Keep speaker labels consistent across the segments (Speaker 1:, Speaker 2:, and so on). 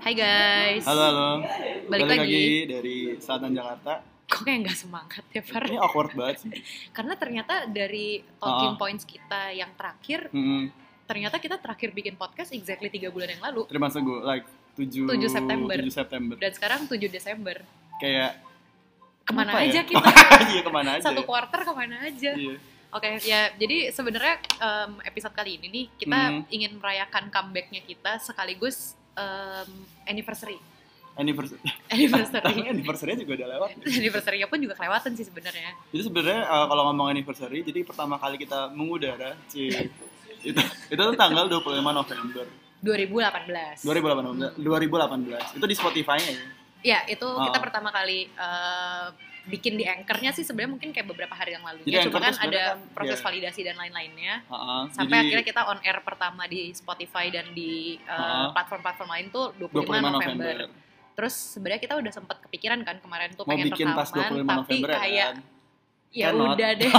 Speaker 1: Hai guys.
Speaker 2: Halo halo.
Speaker 1: Balik lagi.
Speaker 2: dari Selatan Jakarta.
Speaker 1: Kok kayak nggak semangat ya Far?
Speaker 2: Ini awkward banget sih.
Speaker 1: Karena ternyata dari talking
Speaker 2: Ah.
Speaker 1: points kita yang terakhir,
Speaker 2: Mm-mm.
Speaker 1: ternyata kita terakhir bikin podcast exactly tiga bulan yang lalu.
Speaker 2: Termasuk gue like 7,
Speaker 1: 7 September.
Speaker 2: 7 September.
Speaker 1: Dan sekarang 7 Desember.
Speaker 2: Kayak
Speaker 1: Kemana
Speaker 2: apa
Speaker 1: aja
Speaker 2: ya?
Speaker 1: kita?
Speaker 2: iya kemana aja?
Speaker 1: Satu quarter kemana aja?
Speaker 2: Iya.
Speaker 1: Oke ya, jadi sebenarnya em, episode kali ini nih kita
Speaker 2: Hmm.
Speaker 1: ingin merayakan comebacknya kita sekaligus em, anniversary,
Speaker 2: Anniversary. Tapi
Speaker 1: anniversary,
Speaker 2: anniversary juga udah lewat.
Speaker 1: anniversary-nya pun juga kelewatan sih sebenarnya.
Speaker 2: Jadi sebenarnya eh, kalau ngomong anniversary, jadi pertama kali kita mengudara, cie. itu itu tuh tanggal 25 November
Speaker 1: 2018.
Speaker 2: 2018. 2018. Itu di Spotify-nya ya.
Speaker 1: Ya, itu kita
Speaker 2: Oh.
Speaker 1: pertama kali eh, bikin di anchornya sih sebenarnya mungkin kayak beberapa hari yang lalu.
Speaker 2: Jadi
Speaker 1: Ya, Cuma
Speaker 2: Anchor
Speaker 1: kan
Speaker 2: tuh sebenarnya
Speaker 1: ada
Speaker 2: kan,
Speaker 1: proses
Speaker 2: ya.
Speaker 1: validasi dan lain-lainnya.
Speaker 2: Ha-ha.
Speaker 1: Sampai
Speaker 2: Jadi,
Speaker 1: akhirnya kita on air pertama di Spotify dan di eh,
Speaker 2: Ah.
Speaker 1: platform-platform lain tuh 25,
Speaker 2: 25
Speaker 1: November.
Speaker 2: November.
Speaker 1: Terus sebenarnya kita udah sempat kepikiran kan kemarin tuh
Speaker 2: Mau
Speaker 1: pengen
Speaker 2: bikin pas 25
Speaker 1: rekaman, tapi
Speaker 2: November ya
Speaker 1: kayak
Speaker 2: kan?
Speaker 1: ya
Speaker 2: Cannot.
Speaker 1: udah deh.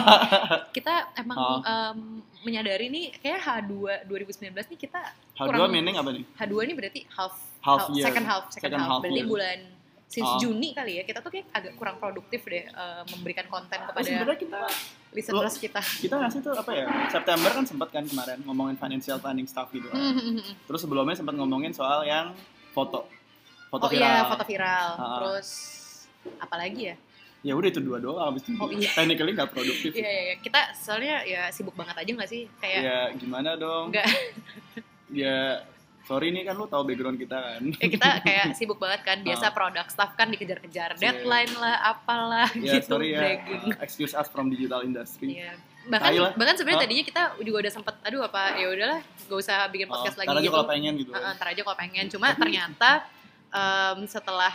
Speaker 1: kita emang
Speaker 2: Oh.
Speaker 1: em, menyadari nih kayak H2 2019 nih kita
Speaker 2: H2
Speaker 1: kurang-
Speaker 2: meaning apa nih?
Speaker 1: H2 ini berarti half,
Speaker 2: Half year.
Speaker 1: second half second,
Speaker 2: Second
Speaker 1: half,
Speaker 2: half iya.
Speaker 1: berarti
Speaker 2: year.
Speaker 1: bulan since
Speaker 2: Ah.
Speaker 1: Juni kali ya kita tuh kayak agak kurang produktif deh eh, memberikan konten
Speaker 2: Tapi
Speaker 1: kepada
Speaker 2: Oh, sebenarnya kita
Speaker 1: listeners kita.
Speaker 2: kita ngasih tuh apa ya September kan sempat kan kemarin ngomongin financial planning stuff gitu
Speaker 1: Hmm.
Speaker 2: kan. terus sebelumnya sempat ngomongin soal yang foto foto
Speaker 1: oh
Speaker 2: viral
Speaker 1: iya foto viral.
Speaker 2: Ah.
Speaker 1: Terus apalagi ya?
Speaker 2: ya udah itu dua doang abis itu
Speaker 1: Oh, iya.
Speaker 2: technically nggak produktif
Speaker 1: Iya iya iya. kita soalnya ya sibuk banget aja nggak sih kayak
Speaker 2: ya gimana dong
Speaker 1: nggak
Speaker 2: ya sorry nih kan lu tahu background kita kan
Speaker 1: ya kita kayak sibuk banget kan biasa produk staff kan dikejar-kejar deadline lah apalah gitu
Speaker 2: ya Iya. sorry ya
Speaker 1: bragging.
Speaker 2: uh, excuse us from digital industry
Speaker 1: Iya. Bahkan
Speaker 2: Tai lah.
Speaker 1: bahkan sebenarnya
Speaker 2: Ah.
Speaker 1: tadinya kita juga udah sempet aduh apa ya udahlah gak usah bikin
Speaker 2: Oh,
Speaker 1: podcast lagi
Speaker 2: ntar aja
Speaker 1: gitu.
Speaker 2: kalau pengen gitu
Speaker 1: Heeh, ntar aja kalau pengen. Cuma ternyata em, setelah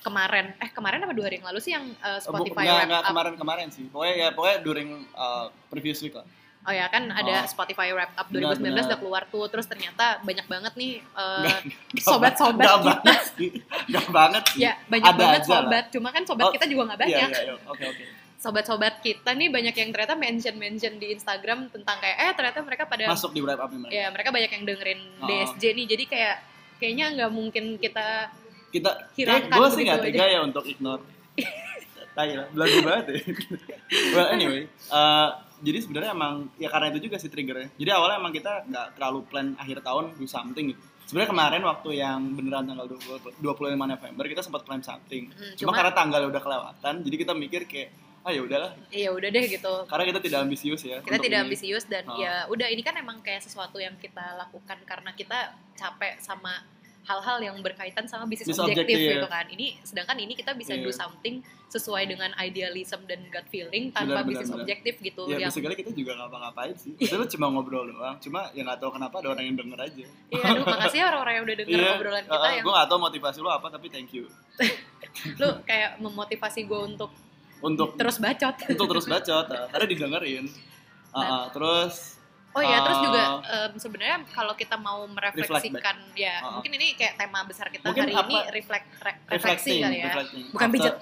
Speaker 1: kemarin eh kemarin apa dua hari yang lalu sih yang eh,
Speaker 2: Eh, bu-
Speaker 1: Spotify
Speaker 2: nggak-
Speaker 1: wrap
Speaker 2: nggak
Speaker 1: up.
Speaker 2: kemarin-kemarin sih pokoknya ya pokoknya during uh, previous week lah
Speaker 1: Oh ya kan ada
Speaker 2: Oh.
Speaker 1: Spotify wrap up 2019
Speaker 2: Benar, benar.
Speaker 1: udah keluar tuh. Terus ternyata banyak banget nih eh,
Speaker 2: Nggak-
Speaker 1: sobat-sobat
Speaker 2: Nggak
Speaker 1: kita.
Speaker 2: banget sih nggak banget sih
Speaker 1: Ya, banyak
Speaker 2: Ada
Speaker 1: banget
Speaker 2: aja lah.
Speaker 1: sobat. Cuma kan sobat
Speaker 2: Oh,
Speaker 1: kita juga nggak
Speaker 2: Iya,
Speaker 1: banyak.
Speaker 2: iya, iya. oke oke
Speaker 1: Sobat-sobat kita nih banyak yang ternyata mention-mention di Instagram tentang kayak eh ternyata mereka pada
Speaker 2: masuk di wrap up mereka
Speaker 1: ya mereka banyak yang dengerin
Speaker 2: Oh.
Speaker 1: DSJ nih jadi kayak kayaknya nggak mungkin kita
Speaker 2: kita
Speaker 1: Hiraukan
Speaker 2: kayak gue sih
Speaker 1: begitu
Speaker 2: nggak
Speaker 1: gitu aja.
Speaker 2: tega ya untuk ignore tai lah belagu banget ya well anyway eh, jadi sebenarnya emang ya karena itu juga sih triggernya jadi awalnya emang kita nggak terlalu plan akhir tahun do something gitu sebenarnya kemarin waktu yang beneran tanggal 20, 25 November kita sempat plan something
Speaker 1: Hmm,
Speaker 2: cuma,
Speaker 1: cuma-
Speaker 2: karena tanggal udah kelewatan jadi kita mikir kayak ah ya udahlah
Speaker 1: ya udah deh gitu
Speaker 2: karena kita tidak ambisius ya
Speaker 1: kita
Speaker 2: untuk
Speaker 1: tidak
Speaker 2: ini.
Speaker 1: ambisius dan
Speaker 2: Oh.
Speaker 1: ya udah ini kan emang kayak sesuatu yang kita lakukan karena kita capek sama hal-hal yang berkaitan sama bisnis
Speaker 2: Bisnis
Speaker 1: objektif
Speaker 2: objektif, ya.
Speaker 1: gitu kan ini sedangkan ini kita bisa do
Speaker 2: Iya.
Speaker 1: something sesuai dengan idealism dan gut feeling tanpa
Speaker 2: Benar, benar,
Speaker 1: bisnis
Speaker 2: benar.
Speaker 1: objektif gitu
Speaker 2: ya
Speaker 1: yang
Speaker 2: basically kita juga ngapa-ngapain sih Maksudnya cuma ngobrol doang cuma ya nggak tahu kenapa ada orang yang denger aja
Speaker 1: Iya, aduh makasih ya orang-orang yang udah denger
Speaker 2: Iya,
Speaker 1: obrolan kita yang
Speaker 2: gue gak tau motivasi lu apa tapi thank you
Speaker 1: lu kayak memotivasi gue untuk
Speaker 2: untuk
Speaker 1: terus bacot
Speaker 2: untuk terus bacot ah, karena didengerin
Speaker 1: Nah.
Speaker 2: Ah, ah, terus
Speaker 1: Oh ya, terus juga
Speaker 2: Ah.
Speaker 1: em, sebenarnya kalau kita mau merefleksikan ya,
Speaker 2: Ah, ah.
Speaker 1: mungkin ini kayak tema besar kita hari
Speaker 2: Mungkin apa-
Speaker 1: ini reflek re- refleksi
Speaker 2: reflecting,
Speaker 1: kali ya.
Speaker 2: reflecting.
Speaker 1: Bukan
Speaker 2: After-
Speaker 1: pijat.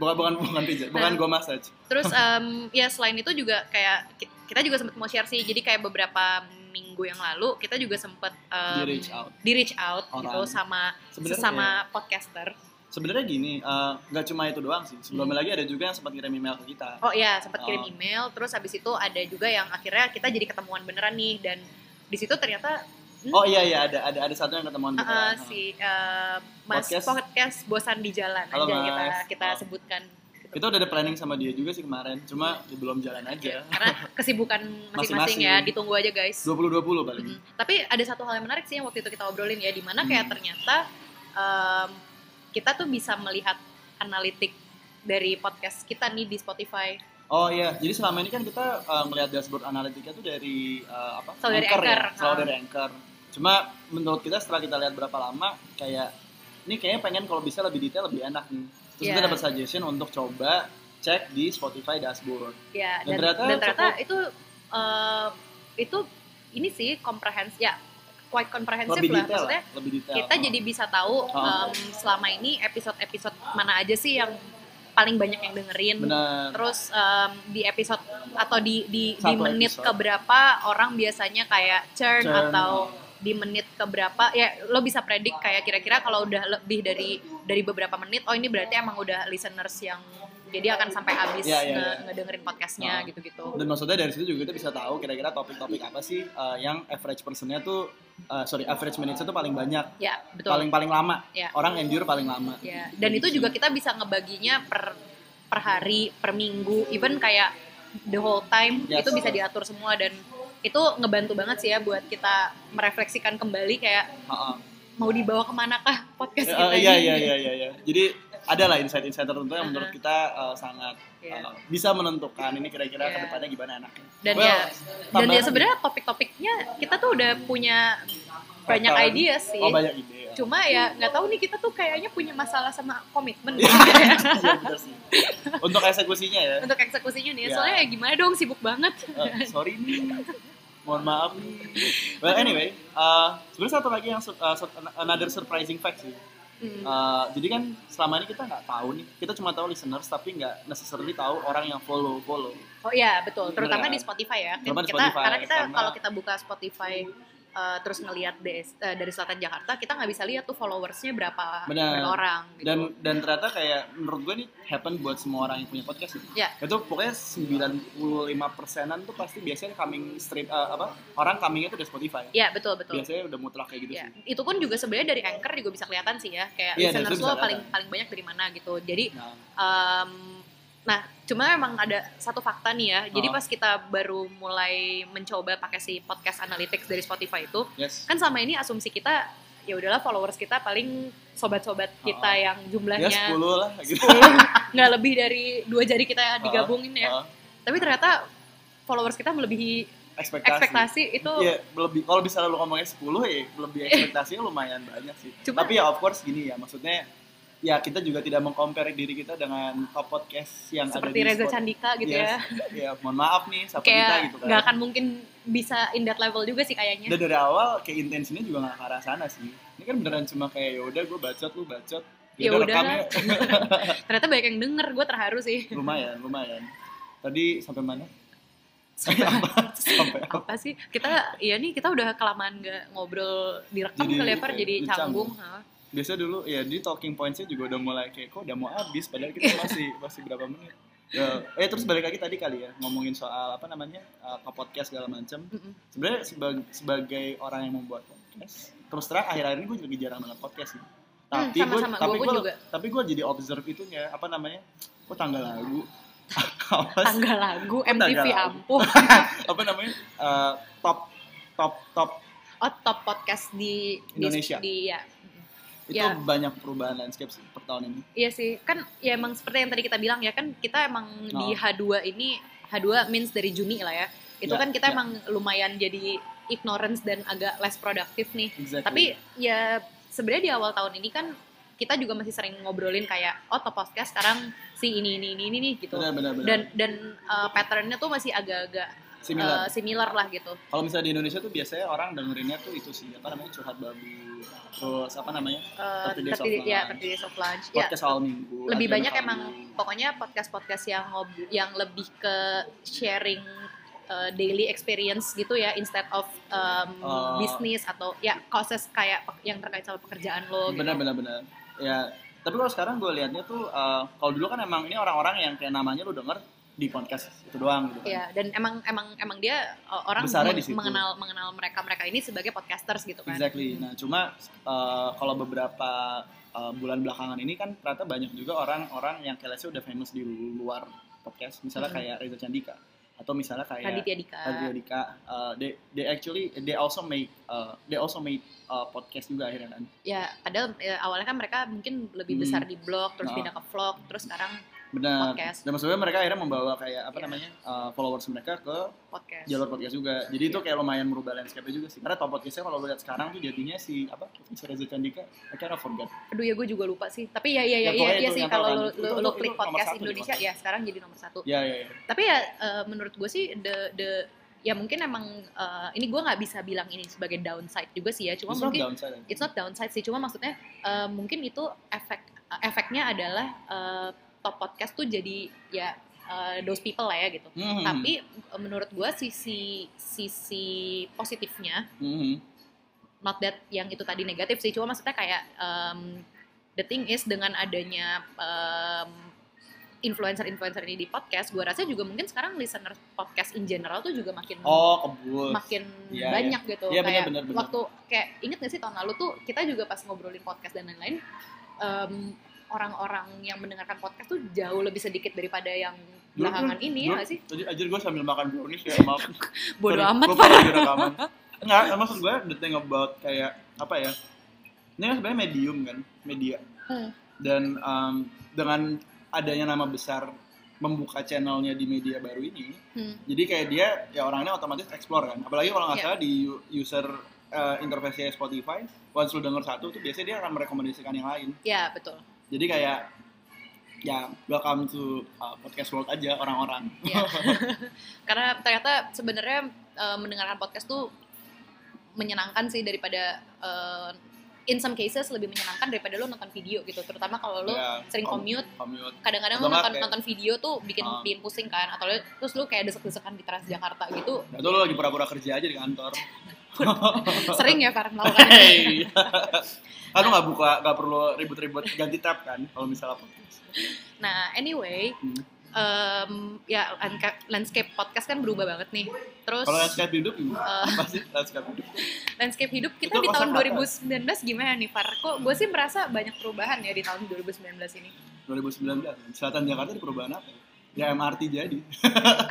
Speaker 2: bukan bukan bukan pijat bukan
Speaker 1: Nah.
Speaker 2: gue massage
Speaker 1: Terus em, ya selain itu juga kayak ki- kita juga sempat mau share sih. Jadi kayak beberapa minggu yang lalu kita juga sempat em,
Speaker 2: Di reach out.
Speaker 1: di reach out gitu
Speaker 2: Orang.
Speaker 1: sama
Speaker 2: Sebenarnya
Speaker 1: sesama podcaster.
Speaker 2: sebenarnya gini ah, nggak cuma itu doang sih
Speaker 1: Hmm.
Speaker 2: sebelumnya lagi ada juga yang sempat ngirim email ke kita
Speaker 1: Oh iya, sempat kirim
Speaker 2: Oh.
Speaker 1: email. Terus habis itu ada juga yang akhirnya kita jadi ketemuan beneran nih dan di situ ternyata
Speaker 2: oh iya iya ada ada ada satu yang ketemuan kita
Speaker 1: Uh, si uh, Mas podcast.
Speaker 2: ah. Podcast.
Speaker 1: bosan di jalan
Speaker 2: Halo,
Speaker 1: aja
Speaker 2: Mas.
Speaker 1: kita kita
Speaker 2: Oh.
Speaker 1: sebutkan
Speaker 2: Ah, itu udah ada planning sama dia juga sih kemarin cuma ya belum jalan aja
Speaker 1: karena kesibukan masing-masing
Speaker 2: Masing-masing.
Speaker 1: ya ditunggu aja guys.
Speaker 2: 20-20 paling
Speaker 1: Mm. Tapi ada satu hal yang menarik sih yang waktu itu kita obrolin ya di
Speaker 2: Hmm.
Speaker 1: mana kayak ternyata um, kita tuh bisa melihat analitik dari podcast kita nih di Spotify.
Speaker 2: Oh iya, jadi selama ini kan kita uh, melihat dashboard analitiknya tuh dari uh, apa?
Speaker 1: Selalu dari
Speaker 2: ya,
Speaker 1: Anchor.
Speaker 2: selalu
Speaker 1: Ah.
Speaker 2: dari Anchor. Cuma menurut kita setelah kita lihat berapa lama kayak ini kayaknya pengen kalau bisa lebih detail lebih enak nih. Terus kita
Speaker 1: Iya.
Speaker 2: dapat suggestion untuk coba cek di Spotify dashboard.
Speaker 1: Ya dan,
Speaker 2: Dan
Speaker 1: dan ternyata,
Speaker 2: ternyata
Speaker 1: itu um, itu ini sih komprehensif ya quite komprehensif
Speaker 2: Lebih
Speaker 1: lah
Speaker 2: detail,
Speaker 1: maksudnya
Speaker 2: lah, lebih detail.
Speaker 1: kita
Speaker 2: Ah.
Speaker 1: jadi bisa tahu
Speaker 2: Oh.
Speaker 1: em, selama ini episode-episode mana aja sih yang paling banyak yang dengerin.
Speaker 2: benar.
Speaker 1: Terus em, di episode atau di di, di
Speaker 2: Satu
Speaker 1: menit
Speaker 2: episode.
Speaker 1: keberapa orang biasanya kayak churn,
Speaker 2: Churn,
Speaker 1: atau
Speaker 2: oh.
Speaker 1: di menit keberapa ya lo bisa predik kayak kira-kira kalau udah lebih dari dari beberapa menit oh ini berarti emang udah listeners yang jadi akan sampai habis
Speaker 2: Iya, iya,
Speaker 1: nge-
Speaker 2: iya.
Speaker 1: ngedengerin podcastnya
Speaker 2: Ah.
Speaker 1: gitu-gitu
Speaker 2: Dan maksudnya dari situ juga kita bisa tahu kira-kira topik-topik apa sih eh, yang average personnya tuh eh, sorry average minutes-nya tuh paling banyak,
Speaker 1: ya betul
Speaker 2: paling paling lama.
Speaker 1: ya
Speaker 2: Orang endure paling lama. gitu.
Speaker 1: ya dan itu juga kita bisa ngebaginya per per hari per minggu even kayak the whole time
Speaker 2: Yes.
Speaker 1: itu bisa diatur semua dan itu ngebantu banget sih ya buat kita merefleksikan kembali kayak
Speaker 2: Heeh.
Speaker 1: mau dibawa kemana kah podcast
Speaker 2: Eh,
Speaker 1: kita
Speaker 2: eh, Iya
Speaker 1: ini?
Speaker 2: iya iya iya iya. Jadi ada lah insight-insight tertentu yang menurut
Speaker 1: Uh-huh.
Speaker 2: kita eh, sangat
Speaker 1: Iya.
Speaker 2: eh, bisa menentukan ini
Speaker 1: Iya.
Speaker 2: kira-kira kedepannya gimana enaknya.
Speaker 1: dan
Speaker 2: Well,
Speaker 1: ya dan ya
Speaker 2: tambahan.
Speaker 1: sebenarnya topik-topiknya kita tuh udah punya banyak
Speaker 2: Pattern.
Speaker 1: idea sih
Speaker 2: Oh banyak ide. ya.
Speaker 1: cuma ya nggak tahu nih kita tuh kayaknya punya masalah sama komitmen
Speaker 2: Iya, bener sih. Untuk eksekusinya ya.
Speaker 1: untuk eksekusinya nih
Speaker 2: Ya.
Speaker 1: soalnya ya gimana dong sibuk banget
Speaker 2: Eh, sorry nih mohon maaf nih well anyway eh, sebenarnya satu lagi yang sur- eh, sur- another surprising fact sih
Speaker 1: Hmm.
Speaker 2: Eh, jadi kan selama ini kita nggak tahu nih kita cuma tahu listeners tapi nggak necessarily tahu orang yang follow follow
Speaker 1: Oh iya betul,
Speaker 2: Bener
Speaker 1: terutama
Speaker 2: kan?
Speaker 1: di Spotify ya.
Speaker 2: Terutama di
Speaker 1: kita
Speaker 2: Spotify,
Speaker 1: karena kita
Speaker 2: karena-
Speaker 1: kalau kita buka Spotify eh, terus ngelihat DS eh, dari selatan Jakarta, kita nggak bisa lihat tuh followersnya berapa
Speaker 2: Bener.
Speaker 1: berapa orang. Gitu.
Speaker 2: dan dan ternyata kayak menurut gue nih happen buat semua orang yang punya podcast ini.
Speaker 1: Ya.
Speaker 2: Itu pokoknya 95 persenan tuh pasti biasanya coming stream eh, apa orang comingnya tuh dari Spotify.
Speaker 1: ya betul betul.
Speaker 2: Biasanya udah mutlak kayak gitu
Speaker 1: Ya,
Speaker 2: sih.
Speaker 1: itu pun juga sebenarnya dari anchor juga bisa kelihatan sih ya, kayak
Speaker 2: Iya, dari
Speaker 1: listeners
Speaker 2: situ bisa
Speaker 1: lo paling
Speaker 2: kelihatan.
Speaker 1: paling banyak dari mana gitu. Jadi
Speaker 2: Nah,
Speaker 1: em, nah cuma emang ada satu fakta nih ya. Jadi
Speaker 2: Oh.
Speaker 1: pas kita baru mulai mencoba pakai si podcast analytics dari Spotify itu,
Speaker 2: yes.
Speaker 1: kan sama ini asumsi kita ya udahlah followers kita paling sobat-sobat kita
Speaker 2: Oh.
Speaker 1: yang
Speaker 2: Ya
Speaker 1: jumlahnya
Speaker 2: 10 lah gitu.
Speaker 1: nggak lebih dari dua jari kita digabungin ya.
Speaker 2: Ah,
Speaker 1: Tapi ternyata followers kita melebihi
Speaker 2: ekspektasi.
Speaker 1: ekspektasi itu
Speaker 2: Iya, lebih kalau misalnya lu ngomongnya 10 ya, lebih ekspektasinya lumayan banyak sih.
Speaker 1: Cuma-
Speaker 2: Tapi ya of course gini ya, maksudnya ya kita juga tidak mengcompare diri kita dengan top podcast yang
Speaker 1: seperti
Speaker 2: ada di
Speaker 1: Reza Candika gitu ya.
Speaker 2: ya. mohon maaf nih sama kita
Speaker 1: Kayak
Speaker 2: gitu
Speaker 1: nggak
Speaker 2: kan.
Speaker 1: akan mungkin bisa in that level juga sih kayaknya.
Speaker 2: Dan dari awal kayak intensinya juga gak ke arah sana sih. Ini kan beneran cuma kayak ya udah gue bacot lu bacot.
Speaker 1: Ya
Speaker 2: Yaudah,
Speaker 1: udah.
Speaker 2: rekamnya.
Speaker 1: Ternyata banyak yang denger, gue terharu sih.
Speaker 2: lumayan, lumayan. Tadi sampai mana? Sampai apa?
Speaker 1: Apa sih? Kita iya nih kita udah kelamaan nggak ngobrol direkam
Speaker 2: Jadi,
Speaker 1: ke lever
Speaker 2: eh,
Speaker 1: jadi
Speaker 2: jadi
Speaker 1: canggung. ha.
Speaker 2: Biasa dulu ya di talking points-nya juga udah mulai kayak kok udah mau habis padahal kita masih masih berapa menit. Ya, eh terus balik lagi tadi kali ya ngomongin soal apa namanya eh, ke podcast segala macam.
Speaker 1: Mm-mm.
Speaker 2: Sebenarnya sebag- sebagai orang yang membuat podcast, terus terang akhir-akhir ini gue juga jarang banget podcast sih.
Speaker 1: Hmm,
Speaker 2: Tapi gue
Speaker 1: sama-sama.
Speaker 2: tapi
Speaker 1: Gua- gua
Speaker 2: gue
Speaker 1: juga.
Speaker 2: tapi gue jadi observe itunya apa namanya? Kok tanggal lagu? apa sih?
Speaker 1: Tanggal lagu MTV
Speaker 2: lagu.
Speaker 1: ampuh.
Speaker 2: apa namanya? Eh, top top top
Speaker 1: Oh, top podcast di di-
Speaker 2: Indonesia.
Speaker 1: Di, ya.
Speaker 2: itu
Speaker 1: Ya.
Speaker 2: banyak perubahan landscape sih per tahun ini.
Speaker 1: Iya sih, kan ya emang seperti yang tadi kita bilang ya kan kita emang
Speaker 2: Oh.
Speaker 1: di H2 ini H2 means dari Juni lah ya. Itu
Speaker 2: Ya,
Speaker 1: kan kita
Speaker 2: ya.
Speaker 1: emang lumayan jadi ignorance dan agak less produktif nih.
Speaker 2: Exactly.
Speaker 1: Tapi ya sebenarnya di awal tahun ini kan kita juga masih sering ngobrolin kayak oh top podcast sekarang si ini ini ini ini nih gitu.
Speaker 2: benar benar benar.
Speaker 1: Dan dan uh, patternnya tuh masih agak-agak uh,
Speaker 2: Similar.
Speaker 1: similar lah gitu.
Speaker 2: Kalau misalnya di Indonesia tuh biasanya orang dengerinnya tuh itu sih apa namanya curhat babi, terus apa namanya
Speaker 1: Uh,
Speaker 2: 30 days of
Speaker 1: Thirty- ya,
Speaker 2: lunch.
Speaker 1: 30 days of lunch. Ya,
Speaker 2: podcast awal minggu.
Speaker 1: lebih
Speaker 2: agenda
Speaker 1: banyak
Speaker 2: kali.
Speaker 1: emang pokoknya podcast-podcast yang ngob- yang lebih ke sharing uh, daily experience gitu ya instead of um,
Speaker 2: Oh.
Speaker 1: bisnis atau ya proses kayak pe- yang terkait sama pekerjaan lo gitu.
Speaker 2: benar benar benar. Ya tapi kalau sekarang gue liatnya tuh eh, kalau dulu kan emang ini orang-orang yang kayak namanya lu denger di podcast itu doang gitu kan.
Speaker 1: Ya, dan emang emang emang dia uh, orang
Speaker 2: Besarnya
Speaker 1: meng-
Speaker 2: di situ.
Speaker 1: mengenal mengenal mereka-mereka ini sebagai podcasters gitu kan.
Speaker 2: Exactly. Nah, cuma eh, kalau beberapa eh, bulan belakangan ini kan ternyata banyak juga orang-orang yang kelasnya udah famous di luar podcast, misalnya
Speaker 1: Mhm.
Speaker 2: kayak Reza Candika atau misalnya kayak
Speaker 1: Raditya Dika.
Speaker 2: Raditya iya. Dika. Eh, they they actually they also make eh, they also made eh, podcast juga akhirnya kan.
Speaker 1: Ya, padahal ya, awalnya kan mereka mungkin lebih
Speaker 2: Hmm.
Speaker 1: besar di blog, terus
Speaker 2: Nah.
Speaker 1: pindah ke vlog, terus sekarang
Speaker 2: Benar.
Speaker 1: Podcast.
Speaker 2: Dan maksudnya mereka akhirnya membawa kayak apa
Speaker 1: Iya.
Speaker 2: namanya eh, followers mereka ke
Speaker 1: podcast.
Speaker 2: jalur podcast juga. Jadi
Speaker 1: Iya.
Speaker 2: itu kayak lumayan merubah landscape juga sih. Karena top podcastnya kalau lo lihat sekarang tuh jadinya si apa si Reza Candika, I kind of forgot.
Speaker 1: Aduh ya gue juga lupa sih. Tapi ya ya ya, iya
Speaker 2: Ya, pokoknya
Speaker 1: iya
Speaker 2: itu
Speaker 1: sih
Speaker 2: yang tahu
Speaker 1: kalau lu,
Speaker 2: kan.
Speaker 1: lu, lu
Speaker 2: Itu- itu-
Speaker 1: klik
Speaker 2: itu nomor
Speaker 1: podcast
Speaker 2: satu di
Speaker 1: Indonesia
Speaker 2: Spotify.
Speaker 1: ya sekarang jadi nomor satu.
Speaker 2: Ya ya ya.
Speaker 1: Tapi ya eh, menurut gue sih the the ya mungkin emang eh, ini gue nggak bisa bilang ini sebagai downside juga sih ya. Cuma
Speaker 2: It's not
Speaker 1: mungkin
Speaker 2: downside, I think.
Speaker 1: it's not downside sih. Cuma maksudnya eh, mungkin itu efek efeknya adalah eh, top podcast tuh jadi ya eh, those people lah ya gitu.
Speaker 2: Mhm.
Speaker 1: Tapi eh, menurut gue sisi sisi positifnya
Speaker 2: Mhm.
Speaker 1: not that yang itu tadi negatif sih cuma maksudnya kayak um, the thing is dengan adanya um, influencer-influencer ini di podcast gue rasa juga mungkin sekarang listener podcast in general tuh juga makin
Speaker 2: oh kebul
Speaker 1: makin
Speaker 2: Iya,
Speaker 1: banyak gitu
Speaker 2: Iya,
Speaker 1: kayak
Speaker 2: benar, benar, benar.
Speaker 1: waktu kayak inget gak sih tahun lalu tuh kita juga pas ngobrolin podcast dan lain-lain em, orang-orang yang mendengarkan podcast tuh jauh lebih sedikit daripada yang
Speaker 2: Dulu-
Speaker 1: belakangan ini ya
Speaker 2: dulu-
Speaker 1: gak sih
Speaker 2: Tadi anjir gue sambil makan brownies ya maaf.
Speaker 1: bodoh
Speaker 2: Sorry,
Speaker 1: amat
Speaker 2: gua
Speaker 1: Pak.
Speaker 2: lupa lagi rekaman. Enggak, maksud gue the thing about kayak apa ya? Ini kan sebenarnya medium kan, media.
Speaker 1: Hmm.
Speaker 2: Dan um, dengan adanya nama besar membuka channelnya di media baru ini,
Speaker 1: Hmm.
Speaker 2: jadi kayak dia ya orangnya otomatis explore kan. Apalagi kalau nggak
Speaker 1: Iya.
Speaker 2: salah di u- user uh, interface Spotify, once lu denger satu tuh biasanya dia akan merekomendasikan yang lain.
Speaker 1: ya betul
Speaker 2: Jadi kayak ya welcome to uh, podcast world aja orang-orang.
Speaker 1: ya karena ternyata sebenarnya eh, mendengarkan podcast tuh menyenangkan sih daripada eh, in some cases lebih menyenangkan daripada lo nonton video gitu terutama kalau lo
Speaker 2: Ya,
Speaker 1: sering
Speaker 2: kom-
Speaker 1: commute
Speaker 2: commute.
Speaker 1: kadang-kadang lu
Speaker 2: Atau nggak
Speaker 1: nonton,
Speaker 2: kayak-
Speaker 1: nonton video tuh bikin
Speaker 2: Ah.
Speaker 1: bikin pusing kan atau lu- terus lu kayak desek-desekan di Transjakarta gitu
Speaker 2: Nah, tuh lu lagi pura-pura kerja aja di kantor.
Speaker 1: sering ya Farhan melakukan itu.
Speaker 2: Oh. Hey. kan lu nggak buka nggak perlu ribut-ribut ganti tab kan kalau misalnya podcast.
Speaker 1: nah anyway
Speaker 2: Hmm.
Speaker 1: em, ya lanka- landscape podcast kan berubah banget nih terus
Speaker 2: Kalau landscape hidup
Speaker 1: eh,
Speaker 2: gimana? Apa sih landscape hidup?
Speaker 1: landscape hidup kita
Speaker 2: Itu
Speaker 1: di tahun
Speaker 2: kosong kata.
Speaker 1: 2019 gimana nih Far? Kok gue sih merasa banyak perubahan ya di tahun 2019 ini.
Speaker 2: 2019 selatan Jakarta di perubahan apa? ya? Ya MRT jadi.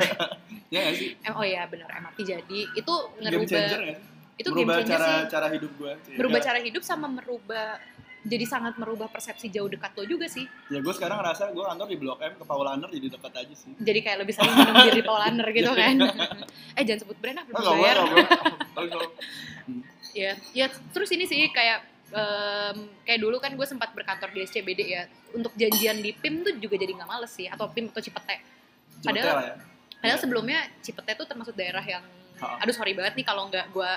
Speaker 2: ya nggak sih?
Speaker 1: Em, oh ya benar MRT jadi itu
Speaker 2: Game changer
Speaker 1: ngerubah
Speaker 2: nggak sih?
Speaker 1: itu game
Speaker 2: merubah
Speaker 1: changer
Speaker 2: cara
Speaker 1: sih.
Speaker 2: cara hidup Iya. Ya, gue.
Speaker 1: Merubah cara hidup sama merubah jadi sangat merubah persepsi jauh dekat lo juga sih.
Speaker 2: Ya gue sekarang ngerasa gue kantor di Blok M ke Paulaner jadi dekat aja sih.
Speaker 1: jadi kayak lebih sering minum bir di Paulaner gitu kan eh jangan sebut brand ah belum
Speaker 2: Iya, Oh, nggak
Speaker 1: bayar
Speaker 2: boleh, nggak boleh. Sorry, sorry.
Speaker 1: ya ya terus ini sih kayak em, kayak dulu kan gue sempat berkantor di SCBD ya untuk janjian di PIM tuh juga jadi nggak males sih atau PIM atau Cipete
Speaker 2: Cepet
Speaker 1: Padahal-
Speaker 2: lah ya.
Speaker 1: padahal
Speaker 2: Iya.
Speaker 1: sebelumnya Cipete tuh termasuk daerah yang
Speaker 2: Ha.
Speaker 1: aduh sorry banget nih kalau nggak gue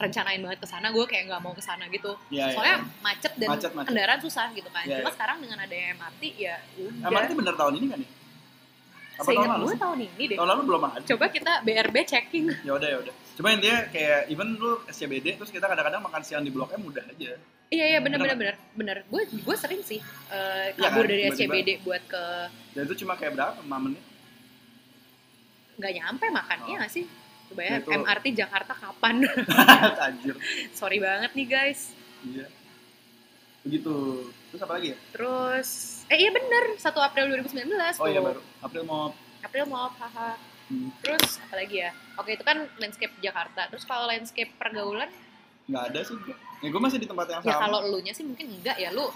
Speaker 1: rencanain banget ke sana gue kayak nggak mau ke sana gitu
Speaker 2: Iya, iya.
Speaker 1: soalnya macet dan
Speaker 2: Macet, macet. Eh,
Speaker 1: kendaraan susah gitu kan
Speaker 2: Iya,
Speaker 1: cuma
Speaker 2: iya.
Speaker 1: sekarang dengan ada MRT ya udah
Speaker 2: MRT bener tahun ini kan ya? Apa tahun
Speaker 1: seingat
Speaker 2: lalu
Speaker 1: gue
Speaker 2: sih?
Speaker 1: tahun ini deh
Speaker 2: Tahun lalu belum ada.
Speaker 1: coba kita BRB checking
Speaker 2: ya udah ya udah cuma intinya kayak even lu SCBD terus kita kadang-kadang makan siang di blok M udah aja
Speaker 1: Iya iya benar
Speaker 2: Bener
Speaker 1: benar benar benar. Gue gue sering sih eh,
Speaker 2: Iya
Speaker 1: kabur
Speaker 2: kan?
Speaker 1: dari
Speaker 2: Tiba-tiba.
Speaker 1: SCBD buat ke
Speaker 2: dan itu cuma kayak berapa lima menit
Speaker 1: nggak nyampe makan
Speaker 2: Oh.
Speaker 1: iya nggak sih? Coba ya
Speaker 2: Nah, Itu-
Speaker 1: MRT Jakarta kapan?
Speaker 2: anjir
Speaker 1: Sorry banget nih guys.
Speaker 2: iya begitu terus apa lagi ya
Speaker 1: Terus eh iya bener 1 April 2019
Speaker 2: oh iya
Speaker 1: tuh.
Speaker 2: baru April mau
Speaker 1: April mau haha.
Speaker 2: Hmm.
Speaker 1: Terus apa lagi ya? Oke itu kan landscape Jakarta. Terus kalau landscape pergaulan
Speaker 2: nggak ada sih gue ya gue masih di tempat yang
Speaker 1: ya
Speaker 2: sama
Speaker 1: kalau elunya sih mungkin enggak ya lu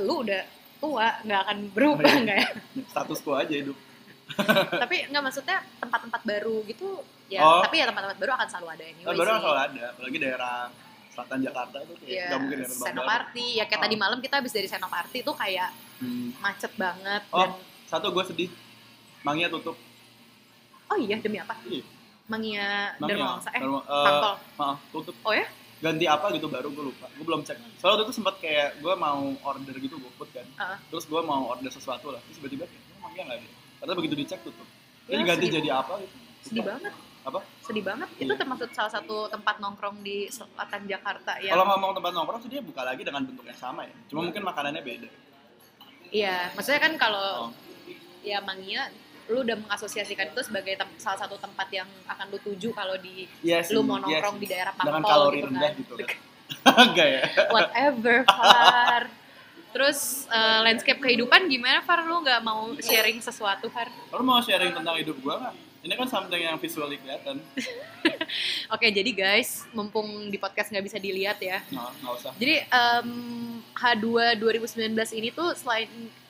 Speaker 1: lu udah tua nggak akan berubah
Speaker 2: Oh, iya.
Speaker 1: nggak ya?
Speaker 2: status quo aja hidup
Speaker 1: tapi nggak maksudnya tempat-tempat baru gitu ya
Speaker 2: Oh.
Speaker 1: tapi ya tempat-tempat baru akan selalu ada anyway
Speaker 2: nah, baru
Speaker 1: Iya sih.
Speaker 2: kalau ada apalagi daerah selatan Jakarta itu kayak
Speaker 1: Iya,
Speaker 2: nggak mungkin daerah baru
Speaker 1: Senoparty. Ya kayak
Speaker 2: Oh.
Speaker 1: tadi malam kita habis dari Senoparty tuh kayak
Speaker 2: hmm.
Speaker 1: macet banget dan
Speaker 2: oh satu gue sedih Mangia tutup
Speaker 1: oh iya demi apa?
Speaker 2: Iya.
Speaker 1: Mangia Dermawangsa eh
Speaker 2: Darmo- eh,
Speaker 1: Pangkol.
Speaker 2: Maaf, tutup.
Speaker 1: Oh ya?
Speaker 2: Ganti apa gitu baru gue lupa. Gue belum cek. Soalnya waktu itu sempat kayak gue mau order gitu GoFood kan.
Speaker 1: Heeh.
Speaker 2: Terus gue mau order sesuatu lah. Terus tiba-tiba kayak emang iya nggak ada. Karena begitu dicek tutup. Jadi
Speaker 1: Ya,
Speaker 2: ganti
Speaker 1: sedih.
Speaker 2: jadi apa gitu.
Speaker 1: Sedih
Speaker 2: Lupa.
Speaker 1: banget.
Speaker 2: Apa?
Speaker 1: Sedih banget. Itu
Speaker 2: Iya.
Speaker 1: termasuk salah satu tempat nongkrong di selatan Jakarta ya.
Speaker 2: Kalau ngomong tempat nongkrong sih dia buka lagi dengan bentuk yang sama ya. Cuma mungkin makanannya beda.
Speaker 1: Iya, maksudnya kan kalau
Speaker 2: Oh.
Speaker 1: ya Mangia lu udah mengasosiasikan itu sebagai tem- salah satu tempat yang akan lu tuju kalau di
Speaker 2: Iya sih.
Speaker 1: lu mau
Speaker 2: iya
Speaker 1: nongkrong
Speaker 2: sih.
Speaker 1: di daerah
Speaker 2: Dengan
Speaker 1: Pangkol
Speaker 2: kalori
Speaker 1: gitu
Speaker 2: rendah
Speaker 1: kan.
Speaker 2: gitu kan. Enggak ya.
Speaker 1: whatever Far terus eh, landscape kehidupan gimana Far lu nggak mau sharing sesuatu Far
Speaker 2: Kalau mau sharing tentang hidup gue nggak? Ini kan something yang visually kelihatan.
Speaker 1: oke jadi guys mumpung di podcast nggak bisa dilihat ya
Speaker 2: Nah, nggak usah.
Speaker 1: jadi em, H2 2019 ini tuh selain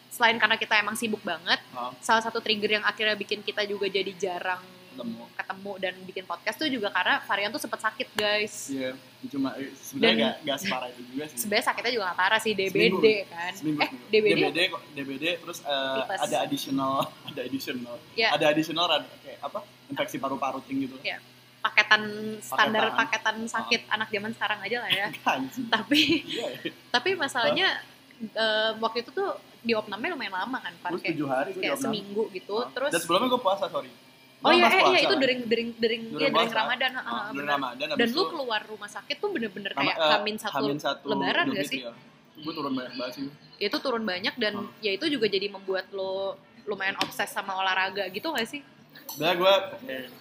Speaker 1: selain karena kita emang sibuk banget
Speaker 2: Nah,
Speaker 1: salah satu trigger yang akhirnya bikin kita juga jadi jarang
Speaker 2: Ketemu.
Speaker 1: ketemu dan bikin podcast tuh juga karena varian tuh sempet sakit guys
Speaker 2: Iya, cuma eh,
Speaker 1: Dan-
Speaker 2: sebenarnya nggak nggak separah itu juga sih.
Speaker 1: sebenarnya sakitnya juga gak parah sih DBD
Speaker 2: Seminggu.
Speaker 1: kan
Speaker 2: Seminggu, Iya,
Speaker 1: eh
Speaker 2: seminggu.
Speaker 1: DBD,
Speaker 2: DBD kok DBD terus eh,
Speaker 1: Tipes.
Speaker 2: ada additional ada additional
Speaker 1: Ya.
Speaker 2: ada additional rad- kayak apa infeksi paru-paru ting gitu
Speaker 1: Ya. paketan standar paketan,
Speaker 2: Paketan. Ah.
Speaker 1: sakit anak zaman sekarang aja lah ya
Speaker 2: Anjing.
Speaker 1: tapi
Speaker 2: Iya. ya.
Speaker 1: tapi masalahnya
Speaker 2: Ah.
Speaker 1: eh, waktu itu tuh di opname lumayan lama kan Far.
Speaker 2: Terus
Speaker 1: kayak,
Speaker 2: tujuh hari gue
Speaker 1: kayak
Speaker 2: diopname.
Speaker 1: seminggu gitu
Speaker 2: Nah,
Speaker 1: terus
Speaker 2: dan sebelumnya gue puasa sorry
Speaker 1: Oh iya,
Speaker 2: pas
Speaker 1: eh, iya
Speaker 2: puasa
Speaker 1: itu
Speaker 2: kan?
Speaker 1: during during during, iya,
Speaker 2: During
Speaker 1: during
Speaker 2: puasa.
Speaker 1: Ramadan. heeh,
Speaker 2: Ah, bulan
Speaker 1: benar.
Speaker 2: Ramadan
Speaker 1: Dan
Speaker 2: habis
Speaker 1: lu
Speaker 2: itu-
Speaker 1: keluar rumah sakit tuh bener-bener
Speaker 2: Rama-
Speaker 1: kayak
Speaker 2: eh,
Speaker 1: hamin satu,
Speaker 2: Hamin satu
Speaker 1: lebaran
Speaker 2: Idul
Speaker 1: gak
Speaker 2: Fitri,
Speaker 1: sih?
Speaker 2: ya. Gue turun banyak banget sih.
Speaker 1: Itu turun banyak dan
Speaker 2: Hmm.
Speaker 1: ya itu juga jadi membuat lo lumayan obses sama olahraga gitu gak sih?
Speaker 2: Nah, gue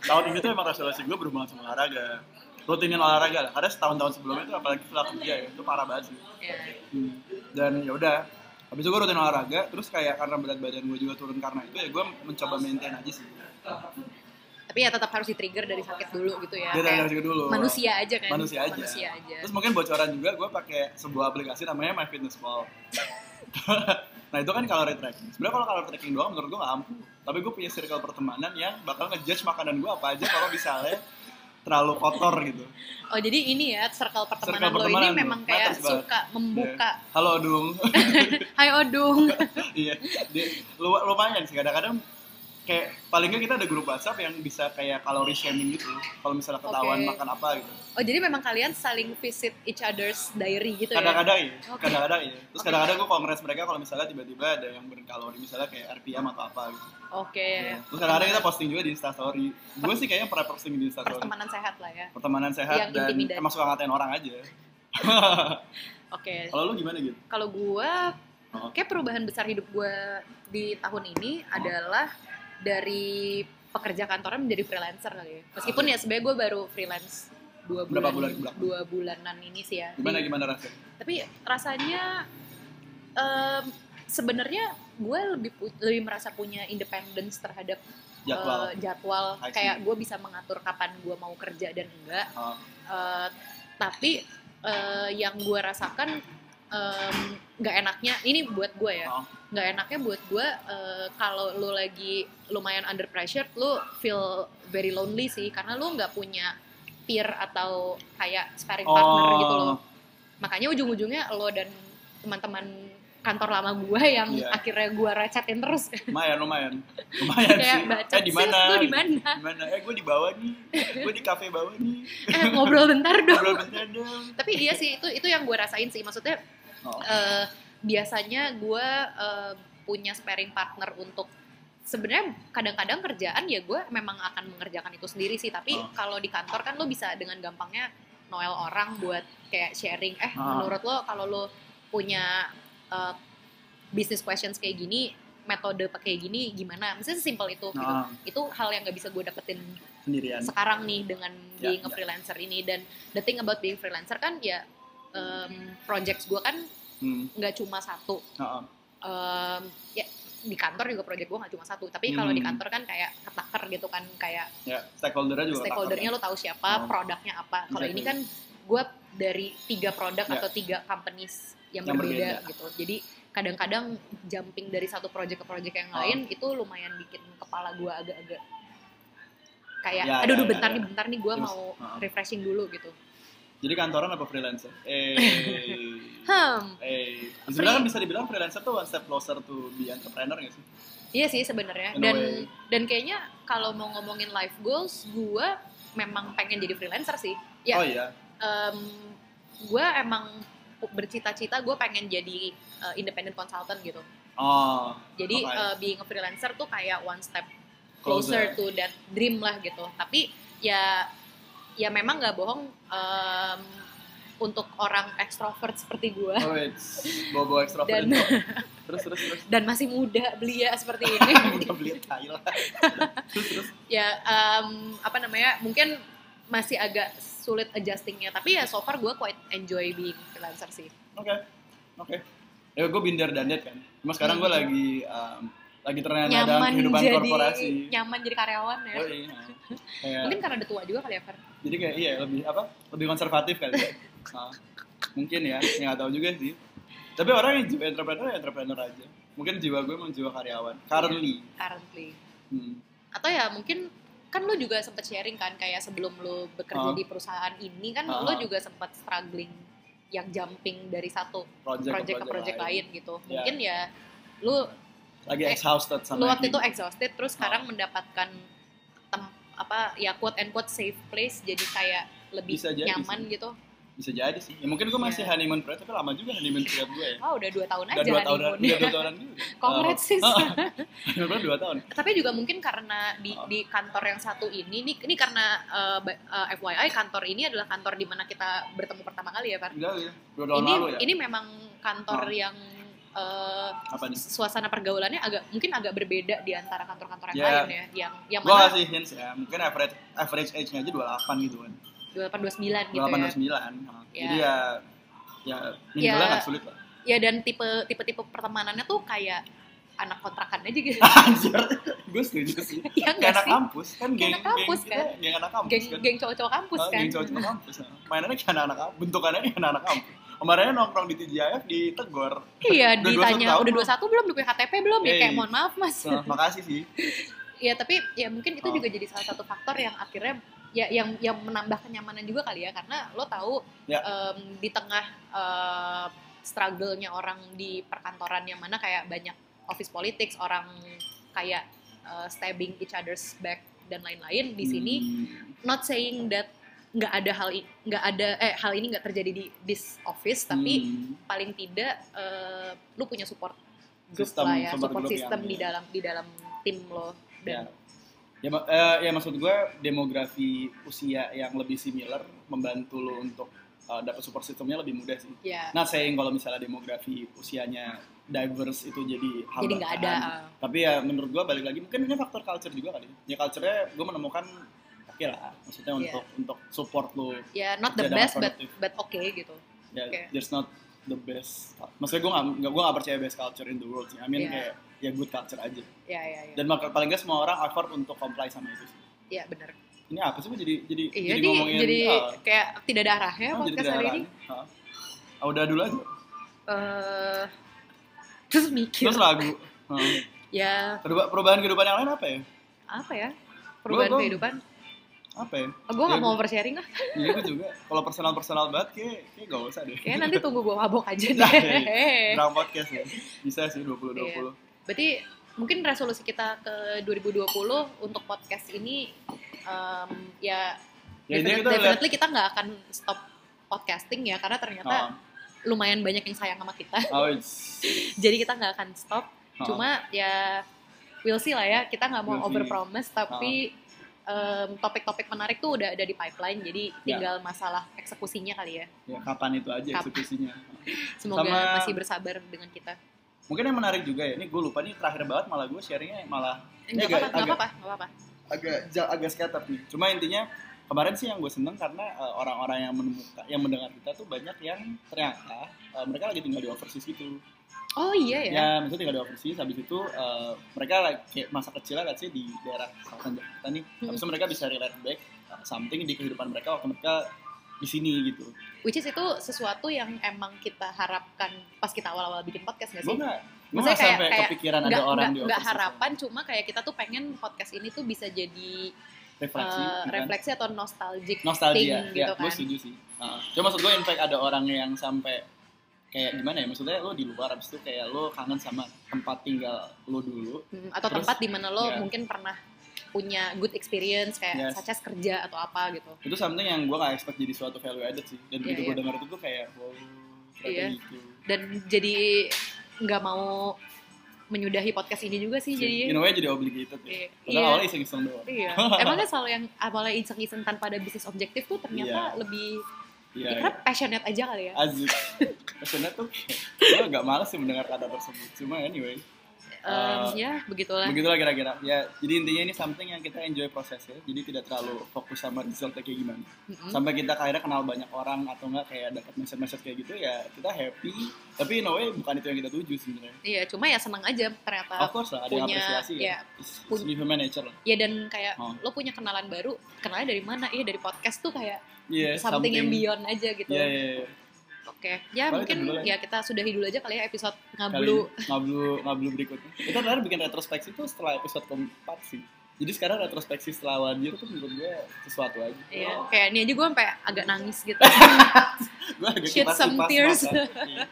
Speaker 2: tahun ini tuh emang resolusi gue berhubungan sama olahraga. Rutinin olahraga lah. Karena setahun-tahun sebelumnya itu apalagi setelah kerja ya, itu parah banget sih.
Speaker 1: Ya.
Speaker 2: Hmm. Dan ya udah. Habis itu gue rutin olahraga, terus kayak karena berat badan gue juga turun karena itu ya gue mencoba maintain aja sih.
Speaker 1: Tapi ya tetap harus di-trigger dari sakit dulu gitu ya.
Speaker 2: Dia
Speaker 1: kayak
Speaker 2: Iya, dari dulu.
Speaker 1: manusia aja kan.
Speaker 2: manusia aja.
Speaker 1: Manusia aja.
Speaker 2: Terus mungkin bocoran juga gue pakai sebuah aplikasi namanya MyFitnessPal. nah itu kan kalori tracking. Sebenarnya kalau kalori tracking doang menurut gue nggak ampuh. Tapi gue punya circle pertemanan yang bakal ngejudge makanan gue apa aja kalau misalnya terlalu kotor gitu.
Speaker 1: Oh jadi ini ya circle pertemanan, lo
Speaker 2: Circle
Speaker 1: ini
Speaker 2: pertemanan lo.
Speaker 1: memang kayak
Speaker 2: Matters banget.
Speaker 1: suka membuka.
Speaker 2: Iya. Halo Dung.
Speaker 1: Hai Odung.
Speaker 2: Iya. Dia- lu- lumayan sih kadang-kadang kayak paling nggak kita ada grup WhatsApp yang bisa kayak kalori shaming gitu. Kalau misalnya ketahuan
Speaker 1: Oke.
Speaker 2: makan apa gitu.
Speaker 1: Oh jadi memang kalian saling visit each other's diary gitu ya?
Speaker 2: kadang-kadang ya
Speaker 1: Oke.
Speaker 2: kadang-kadang ya terus
Speaker 1: Oke.
Speaker 2: kadang-kadang gue kongres mereka kalau misalnya tiba-tiba ada yang berkalori misalnya kayak RPM atau apa gitu
Speaker 1: Oke.
Speaker 2: terus kadang-kadang kita posting juga di instastory gue sih kayaknya pernah posting di instastory
Speaker 1: Pertemanan sehat lah ya.
Speaker 2: pertemanan sehat
Speaker 1: Yang
Speaker 2: dan
Speaker 1: intimidatif.
Speaker 2: emang suka ngatain orang aja
Speaker 1: Oke.
Speaker 2: kalau lu gimana gitu
Speaker 1: Kalau gua
Speaker 2: Oh.
Speaker 1: kayak perubahan besar hidup gua di tahun ini adalah dari pekerja kantoran menjadi freelancer kali ya. Meskipun ya sebenarnya gua baru freelance dua bulan,
Speaker 2: Berapa bulan ke belakang?
Speaker 1: dua bulanan ini sih ya.
Speaker 2: gimana gimana rasanya
Speaker 1: tapi rasanya em, sebenarnya gue lebih pu- lebih merasa punya independence terhadap
Speaker 2: jadwal
Speaker 1: eh, jadwal.
Speaker 2: I see.
Speaker 1: kayak gue bisa mengatur kapan gue mau kerja dan enggak
Speaker 2: Oh.
Speaker 1: Eh, tapi eh, yang gue rasakan em, nggak enaknya ini buat gue ya
Speaker 2: Oh.
Speaker 1: nggak enaknya buat gue eh, kalau lu lagi lumayan under pressure lu feel very lonely sih karena lu nggak punya peer atau kayak sparring partner
Speaker 2: Oh.
Speaker 1: gitu loh makanya ujung-ujungnya lo dan teman-teman kantor lama gue yang
Speaker 2: Iya.
Speaker 1: akhirnya gue recetin terus
Speaker 2: lumayan lumayan lumayan
Speaker 1: kayak
Speaker 2: sih
Speaker 1: baca
Speaker 2: eh di mana
Speaker 1: lu di mana
Speaker 2: Di mana? eh gue di bawah nih gue di kafe bawah nih
Speaker 1: eh ngobrol bentar dong
Speaker 2: ngobrol bentar dong
Speaker 1: tapi iya sih itu itu yang gue rasain sih maksudnya
Speaker 2: Oh.
Speaker 1: eh, biasanya gue eh, punya sparing partner untuk sebenarnya kadang-kadang kerjaan ya gue memang akan mengerjakan itu sendiri sih tapi
Speaker 2: Oh.
Speaker 1: kalau di kantor kan lo bisa dengan gampangnya noel orang buat kayak sharing eh
Speaker 2: Ah.
Speaker 1: menurut lo kalau lo punya eh, business questions kayak gini metode pakai gini gimana misalnya sesimpel itu gitu
Speaker 2: Ah.
Speaker 1: itu hal yang nggak bisa gue dapetin
Speaker 2: sendirian
Speaker 1: sekarang nih dengan
Speaker 2: Ya,
Speaker 1: being a
Speaker 2: ya.
Speaker 1: freelancer ini dan the thing about being freelancer kan ya em, projects gue kan
Speaker 2: hmm.
Speaker 1: nggak cuma satu
Speaker 2: Oh, oh.
Speaker 1: Em, ya di kantor juga project gue nggak cuma satu tapi kalau di
Speaker 2: Hmm.
Speaker 1: kantor kan kayak ketaker gitu kan kayak
Speaker 2: ya stakeholder juga
Speaker 1: stakeholdernya lo tahu siapa
Speaker 2: Oh.
Speaker 1: produknya apa kalau ini
Speaker 2: Exactly.
Speaker 1: kan gue dari tiga produk
Speaker 2: Ya.
Speaker 1: atau tiga companies yang,
Speaker 2: Yang
Speaker 1: berbeda, gitu jadi kadang-kadang jumping dari satu project ke project yang
Speaker 2: Oh.
Speaker 1: lain itu lumayan bikin kepala gue agak-agak kayak
Speaker 2: Ya,
Speaker 1: aduh
Speaker 2: ya,
Speaker 1: aduh
Speaker 2: ya,
Speaker 1: bentar
Speaker 2: ya.
Speaker 1: nih bentar nih gue
Speaker 2: Terus,
Speaker 1: mau
Speaker 2: oh.
Speaker 1: refreshing dulu gitu
Speaker 2: Jadi kantoran apa freelancer? Eh,
Speaker 1: hmm
Speaker 2: eh, sebenarnya kan bisa dibilang freelancer tuh one step closer to be entrepreneur nggak sih?
Speaker 1: iya sih sebenarnya
Speaker 2: In a
Speaker 1: dan
Speaker 2: way.
Speaker 1: dan kayaknya kalau mau ngomongin life goals gue memang pengen jadi freelancer sih ya
Speaker 2: Oh iya.
Speaker 1: gue emang bercita-cita gue pengen jadi uh, independent consultant gitu.
Speaker 2: Oh,
Speaker 1: Jadi
Speaker 2: Oke.
Speaker 1: uh, being a freelancer tuh kayak one step closer,
Speaker 2: Closer.
Speaker 1: to that dream lah gitu. Tapi ya ya memang nggak bohong um, untuk orang extrovert seperti gue
Speaker 2: oh it's bobo extrovert.
Speaker 1: Dan-
Speaker 2: itu. terus terus terus.
Speaker 1: dan masih muda belia seperti ini.
Speaker 2: Udah beli Thailand. terus terus.
Speaker 1: ya um, apa namanya mungkin masih agak sulit adjustingnya. Tapi ya so far gue quite enjoy being freelancer sih.
Speaker 2: Oke, oke. Ya gue binder dan dead kan. Cuma sekarang gue lagi um, lagi ternyata dalam
Speaker 1: Hmm. Nyaman
Speaker 2: kehidupan
Speaker 1: jadi
Speaker 2: korporasi.
Speaker 1: nyaman jadi karyawan ya.
Speaker 2: Oh, iya. Kayak-
Speaker 1: Mungkin karena udah tua juga kali ya, Fer.
Speaker 2: jadi kayak iya lebih apa lebih konservatif kali ya. Ah, mungkin ya nggak tahu juga sih tapi orang yang jiwa entrepreneur ya entrepreneur aja mungkin jiwa gue emang jiwa karyawan
Speaker 1: Iya.
Speaker 2: currently
Speaker 1: Currently.
Speaker 2: hmm.
Speaker 1: Atau ya mungkin kan lo juga sempat sharing kan kayak sebelum lo bekerja
Speaker 2: Oh.
Speaker 1: di perusahaan ini kan
Speaker 2: Oh.
Speaker 1: lo juga sempat struggling yang jumping dari satu
Speaker 2: project,
Speaker 1: project ke project lain. gitu.
Speaker 2: Ya.
Speaker 1: Mungkin ya lo
Speaker 2: lagi
Speaker 1: Eh,
Speaker 2: exhausted sama
Speaker 1: lo waktu
Speaker 2: ini.
Speaker 1: itu exhausted terus sekarang mendapatkan tem, apa ya quote and quote safe place jadi kayak lebih
Speaker 2: Bisa jadi
Speaker 1: nyaman gitu.
Speaker 2: bisa jadi sih ya mungkin gue masih
Speaker 1: Iya.
Speaker 2: honeymoon period tapi lama juga honeymoon period gue ya
Speaker 1: Wah Iya. udah dua tahun iya,
Speaker 2: udah
Speaker 1: aja
Speaker 2: dua tahun
Speaker 1: honeymoon.
Speaker 2: udah dua tahunan juga
Speaker 1: Congrats, sis.
Speaker 2: honeymoon period dua tahun
Speaker 1: Tapi juga mungkin karena di
Speaker 2: Oh.
Speaker 1: di kantor yang satu ini, ini, ini karena eh, ba- eh, FYI kantor ini adalah kantor di mana kita bertemu pertama kali ya, Par.
Speaker 2: enggak ya dua tahun
Speaker 1: Ini
Speaker 2: lalu ya
Speaker 1: ini memang kantor
Speaker 2: Oh.
Speaker 1: yang eh,
Speaker 2: apa nih
Speaker 1: suasana pergaulannya agak mungkin agak berbeda di antara kantor-kantor yang
Speaker 2: Ya.
Speaker 1: lain ya, yang yang
Speaker 2: gue
Speaker 1: mana
Speaker 2: kasih hints ya mungkin average average age nya aja 28 gitu kan
Speaker 1: 28 29 gitu ya.
Speaker 2: 28 sembilan
Speaker 1: Ya.
Speaker 2: jadi ya ya minimalnya
Speaker 1: Ya.
Speaker 2: nggak sulit lah
Speaker 1: Ya dan tipe tipe-tipe pertemanannya tuh kayak anak kontrakan aja gitu.
Speaker 2: anjir gue setuju sih
Speaker 1: ya
Speaker 2: Kayak
Speaker 1: enggak
Speaker 2: anak
Speaker 1: sih?
Speaker 2: kampus kan
Speaker 1: Kayak
Speaker 2: geng
Speaker 1: anak kampus,
Speaker 2: geng, kita geng anak kampus
Speaker 1: Geng
Speaker 2: kan
Speaker 1: geng cowok-cowok kampus
Speaker 2: Ah,
Speaker 1: kan.
Speaker 2: geng cowok-cowok kampus ah. mainannya kayak anak-anak kampus bentukannya kayak anak-anak kampus kemarin nongkrong di TGIF ditegor
Speaker 1: Iya,
Speaker 2: Udah 21
Speaker 1: ditanya
Speaker 2: tahun
Speaker 1: udah 21 belum udah punya KTP belum ya
Speaker 2: Eh.
Speaker 1: kayak mohon maaf Mas.
Speaker 2: Nah, makasih sih
Speaker 1: Ya tapi ya mungkin itu
Speaker 2: Oh.
Speaker 1: juga jadi salah satu faktor yang akhirnya ya yang yang menambah kenyamanan juga kali ya karena lo tahu
Speaker 2: Ya.
Speaker 1: em, di tengah eh, struggle-nya orang di perkantoran yang mana kayak banyak office politics orang kayak eh, stabbing each other's back dan lain-lain di sini
Speaker 2: Hmm.
Speaker 1: not saying that nggak ada hal i- nggak ada eh hal ini nggak terjadi di this office tapi
Speaker 2: Hmm.
Speaker 1: paling tidak eh, lu punya support group
Speaker 2: Sistem,
Speaker 1: lah ya
Speaker 2: support
Speaker 1: support
Speaker 2: group
Speaker 1: system
Speaker 2: yang- iya.
Speaker 1: di dalam di dalam tim lo
Speaker 2: ya
Speaker 1: dan
Speaker 2: ya, mak- eh, ya maksud gue demografi usia yang lebih similar membantu lo untuk eh, dapat support sistemnya lebih mudah sih
Speaker 1: ya
Speaker 2: nah sayang kalau misalnya demografi usianya diverse itu jadi hambatan.
Speaker 1: jadi nggak ada ah.
Speaker 2: tapi ya menurut gue balik lagi mungkin ini faktor culture juga kali ya culture-nya gue menemukan oke lah maksudnya
Speaker 1: Iya.
Speaker 2: untuk untuk support lo
Speaker 1: ya not the
Speaker 2: Kerja dengan
Speaker 1: best but
Speaker 2: produktif.
Speaker 1: but okay gitu
Speaker 2: ya
Speaker 1: Oke.
Speaker 2: there's not the best maksudnya gue nggak gue nggak percaya best culture in the world sih I mean
Speaker 1: Iya.
Speaker 2: kayak ya good culture aja
Speaker 1: ya ya ya
Speaker 2: dan mak- paling nggak semua orang effort untuk comply sama itu sih
Speaker 1: ya benar
Speaker 2: ini apa sih Bu? jadi jadi
Speaker 1: iya
Speaker 2: jadi
Speaker 1: jadi
Speaker 2: ngomongin
Speaker 1: jadi
Speaker 2: ah,
Speaker 1: kayak tidak ada arahnya
Speaker 2: ah, jadi
Speaker 1: podcast hari
Speaker 2: kendaraan.
Speaker 1: ini
Speaker 2: Ah. Ah, udah dulu aja
Speaker 1: Eh, terus mikir
Speaker 2: terus lagu Ah.
Speaker 1: ya
Speaker 2: Peruba- perubahan kehidupan yang lain apa ya
Speaker 1: apa ya perubahan
Speaker 2: gua-
Speaker 1: kehidupan
Speaker 2: apa ya
Speaker 1: gue Oh, nggak
Speaker 2: Ya,
Speaker 1: mau
Speaker 2: gua-
Speaker 1: oversharing lah
Speaker 2: Iya gue juga. Kalau personal personal banget kayak kayak gak usah deh.
Speaker 1: kayak nanti tunggu gue mabok aja
Speaker 2: Nah,
Speaker 1: deh
Speaker 2: Drama podcast ya. Bisa sih 20 20.
Speaker 1: Iya. Berarti mungkin resolusi kita ke 2020 untuk podcast ini em, ya,
Speaker 2: Ya ini
Speaker 1: definite-
Speaker 2: kita lihat
Speaker 1: definitely kita nggak akan stop podcasting ya karena
Speaker 2: Ah.
Speaker 1: ternyata lumayan banyak yang sayang sama kita.
Speaker 2: Oh, oh, it's-
Speaker 1: Jadi kita nggak akan stop.
Speaker 2: oh.
Speaker 1: Cuma ya we'll see lah ya. Kita nggak mau
Speaker 2: We'll see. Ah.
Speaker 1: over promise tapi em, topik-topik menarik tuh udah ada di pipeline. Jadi
Speaker 2: Ya.
Speaker 1: tinggal masalah eksekusinya kali ya.
Speaker 2: ya kapan itu aja
Speaker 1: Kapan.
Speaker 2: eksekusinya.
Speaker 1: Semoga
Speaker 2: Sama-
Speaker 1: masih bersabar dengan kita.
Speaker 2: Mungkin yang menarik juga ya, ini gue lupa nih terakhir banget malah gue sharingnya malah
Speaker 1: Eh, Nggak
Speaker 2: agak-
Speaker 1: apa-apa, nggak
Speaker 2: agak-
Speaker 1: apa-apa, nggak apa-apa.
Speaker 2: agak ja- agak scatter nih. Cuma intinya kemarin sih yang gue seneng karena eh, orang-orang yang menemukan yang mendengar kita tuh banyak yang ternyata eh, mereka lagi tinggal di overseas gitu.
Speaker 1: Oh iya ya.
Speaker 2: Ya, maksudnya tinggal di overseas habis itu eh, mereka lagi- kayak masa kecilnya let's say di daerah selatan Jakarta nih.
Speaker 1: Hmm.
Speaker 2: Habis itu mereka bisa relate back eh, something di kehidupan mereka waktu mereka di sini gitu.
Speaker 1: Which is itu sesuatu yang emang kita harapkan pas kita awal-awal bikin podcast gak
Speaker 2: Gue
Speaker 1: sih?
Speaker 2: nggak gue
Speaker 1: Maksudnya
Speaker 2: nggak sampai
Speaker 1: kayak- kayak
Speaker 2: kepikiran ada
Speaker 1: Nggak-
Speaker 2: orang di gitu.
Speaker 1: nggak- nggak
Speaker 2: overseas.
Speaker 1: harapan, cuma kayak kita tuh pengen podcast ini tuh bisa jadi eh,
Speaker 2: refleksi, gitu kan? bukan?
Speaker 1: refleksi atau nostalgic.
Speaker 2: nostalgia
Speaker 1: thing
Speaker 2: ya
Speaker 1: gitu
Speaker 2: gue
Speaker 1: kan.
Speaker 2: setuju sih Heeh. cuma maksud gue in fact ada orang yang sampai kayak gimana ya maksudnya lo di luar abis itu kayak lo kangen sama tempat tinggal lo dulu
Speaker 1: Hmm, atau
Speaker 2: Terus,
Speaker 1: tempat di mana lo
Speaker 2: ya.
Speaker 1: mungkin pernah punya good experience kayak
Speaker 2: Yes.
Speaker 1: such as kerja atau apa gitu.
Speaker 2: itu something yang gue gak expect jadi suatu value added sih dan begitu
Speaker 1: Iya,
Speaker 2: gue dengar itu gue kayak wow ternyata
Speaker 1: Iya.
Speaker 2: gitu
Speaker 1: Dan jadi nggak mau menyudahi podcast ini juga sih
Speaker 2: in
Speaker 1: jadi
Speaker 2: a way jadi obligated ya
Speaker 1: Iya.
Speaker 2: padahal awalnya iseng-iseng doang
Speaker 1: Iya. Emangnya soal yang awalnya iseng-iseng tanpa ada bisnis objektif tuh ternyata lebih
Speaker 2: iya
Speaker 1: ya, karena passionate aja kali ya.
Speaker 2: Azik Maksudnya tuh gue agak males sih mendengar kata tersebut Cuma anyway
Speaker 1: Em,
Speaker 2: eh,
Speaker 1: ya begitulah.
Speaker 2: Begitulah kira-kira Ya jadi intinya ini something yang kita enjoy prosesnya Jadi tidak terlalu fokus sama resultnya kayak gimana
Speaker 1: Mm-mm.
Speaker 2: sampai kita akhirnya kenal banyak orang atau enggak kayak dapat message-message kayak gitu ya kita happy tapi in a way bukan itu yang kita tuju sebenarnya
Speaker 1: Iya, cuma ya senang aja
Speaker 2: of
Speaker 1: ternyata.
Speaker 2: course lah ada yang
Speaker 1: punya-
Speaker 2: apresiasi
Speaker 1: ya,
Speaker 2: ya It's- it's
Speaker 1: punya-
Speaker 2: human nature lah
Speaker 1: Ya dan kayak
Speaker 2: Oh.
Speaker 1: lo punya kenalan baru, kenalnya dari mana? Iya dari podcast tuh kayak
Speaker 2: Iya,
Speaker 1: something, yang beyond aja gitu.
Speaker 2: Iya, iya, iya.
Speaker 1: Oke, ya
Speaker 2: Paling
Speaker 1: mungkin
Speaker 2: itu dulu
Speaker 1: ya kita sudahi dulu aja kali ya episode
Speaker 2: Kali
Speaker 1: ngablu.
Speaker 2: ini, ngablu ngablu berikutnya. Kita terakhir bikin retrospeksi tuh setelah episode keempat sih. Jadi sekarang retrospeksi setelah Wadir tuh menurut gue sesuatu aja.
Speaker 1: Iya, kayak ini aja gue sampai agak nangis gitu.
Speaker 2: Gue agak
Speaker 1: Shed some
Speaker 2: kipas-kipas
Speaker 1: tears.
Speaker 2: makan. Iya.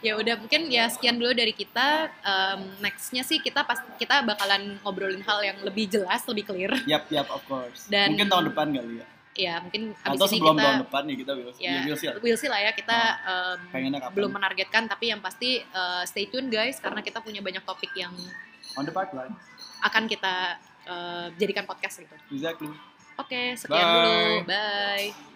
Speaker 1: ya udah mungkin ya sekian dulu dari kita. Em, nextnya sih kita pas kita bakalan ngobrolin hal yang lebih jelas, lebih clear.
Speaker 2: Yap, yap, of course.
Speaker 1: Dan-
Speaker 2: Mungkin tahun depan kali ya.
Speaker 1: ya mungkin abis
Speaker 2: Atau
Speaker 1: ini
Speaker 2: sebelum
Speaker 1: kita
Speaker 2: tahun depan ya kita will, ya, Nah,
Speaker 1: ya,
Speaker 2: will see lah.
Speaker 1: we'll see lah ya kita em,
Speaker 2: Pengennya kapan?
Speaker 1: belum menargetkan tapi yang pasti eh, stay tune guys karena kita punya banyak topik yang
Speaker 2: On the pipeline.
Speaker 1: akan kita eh, jadikan podcast gitu.
Speaker 2: Exactly.
Speaker 1: Oke, sekian
Speaker 2: Bye.
Speaker 1: dulu. Bye.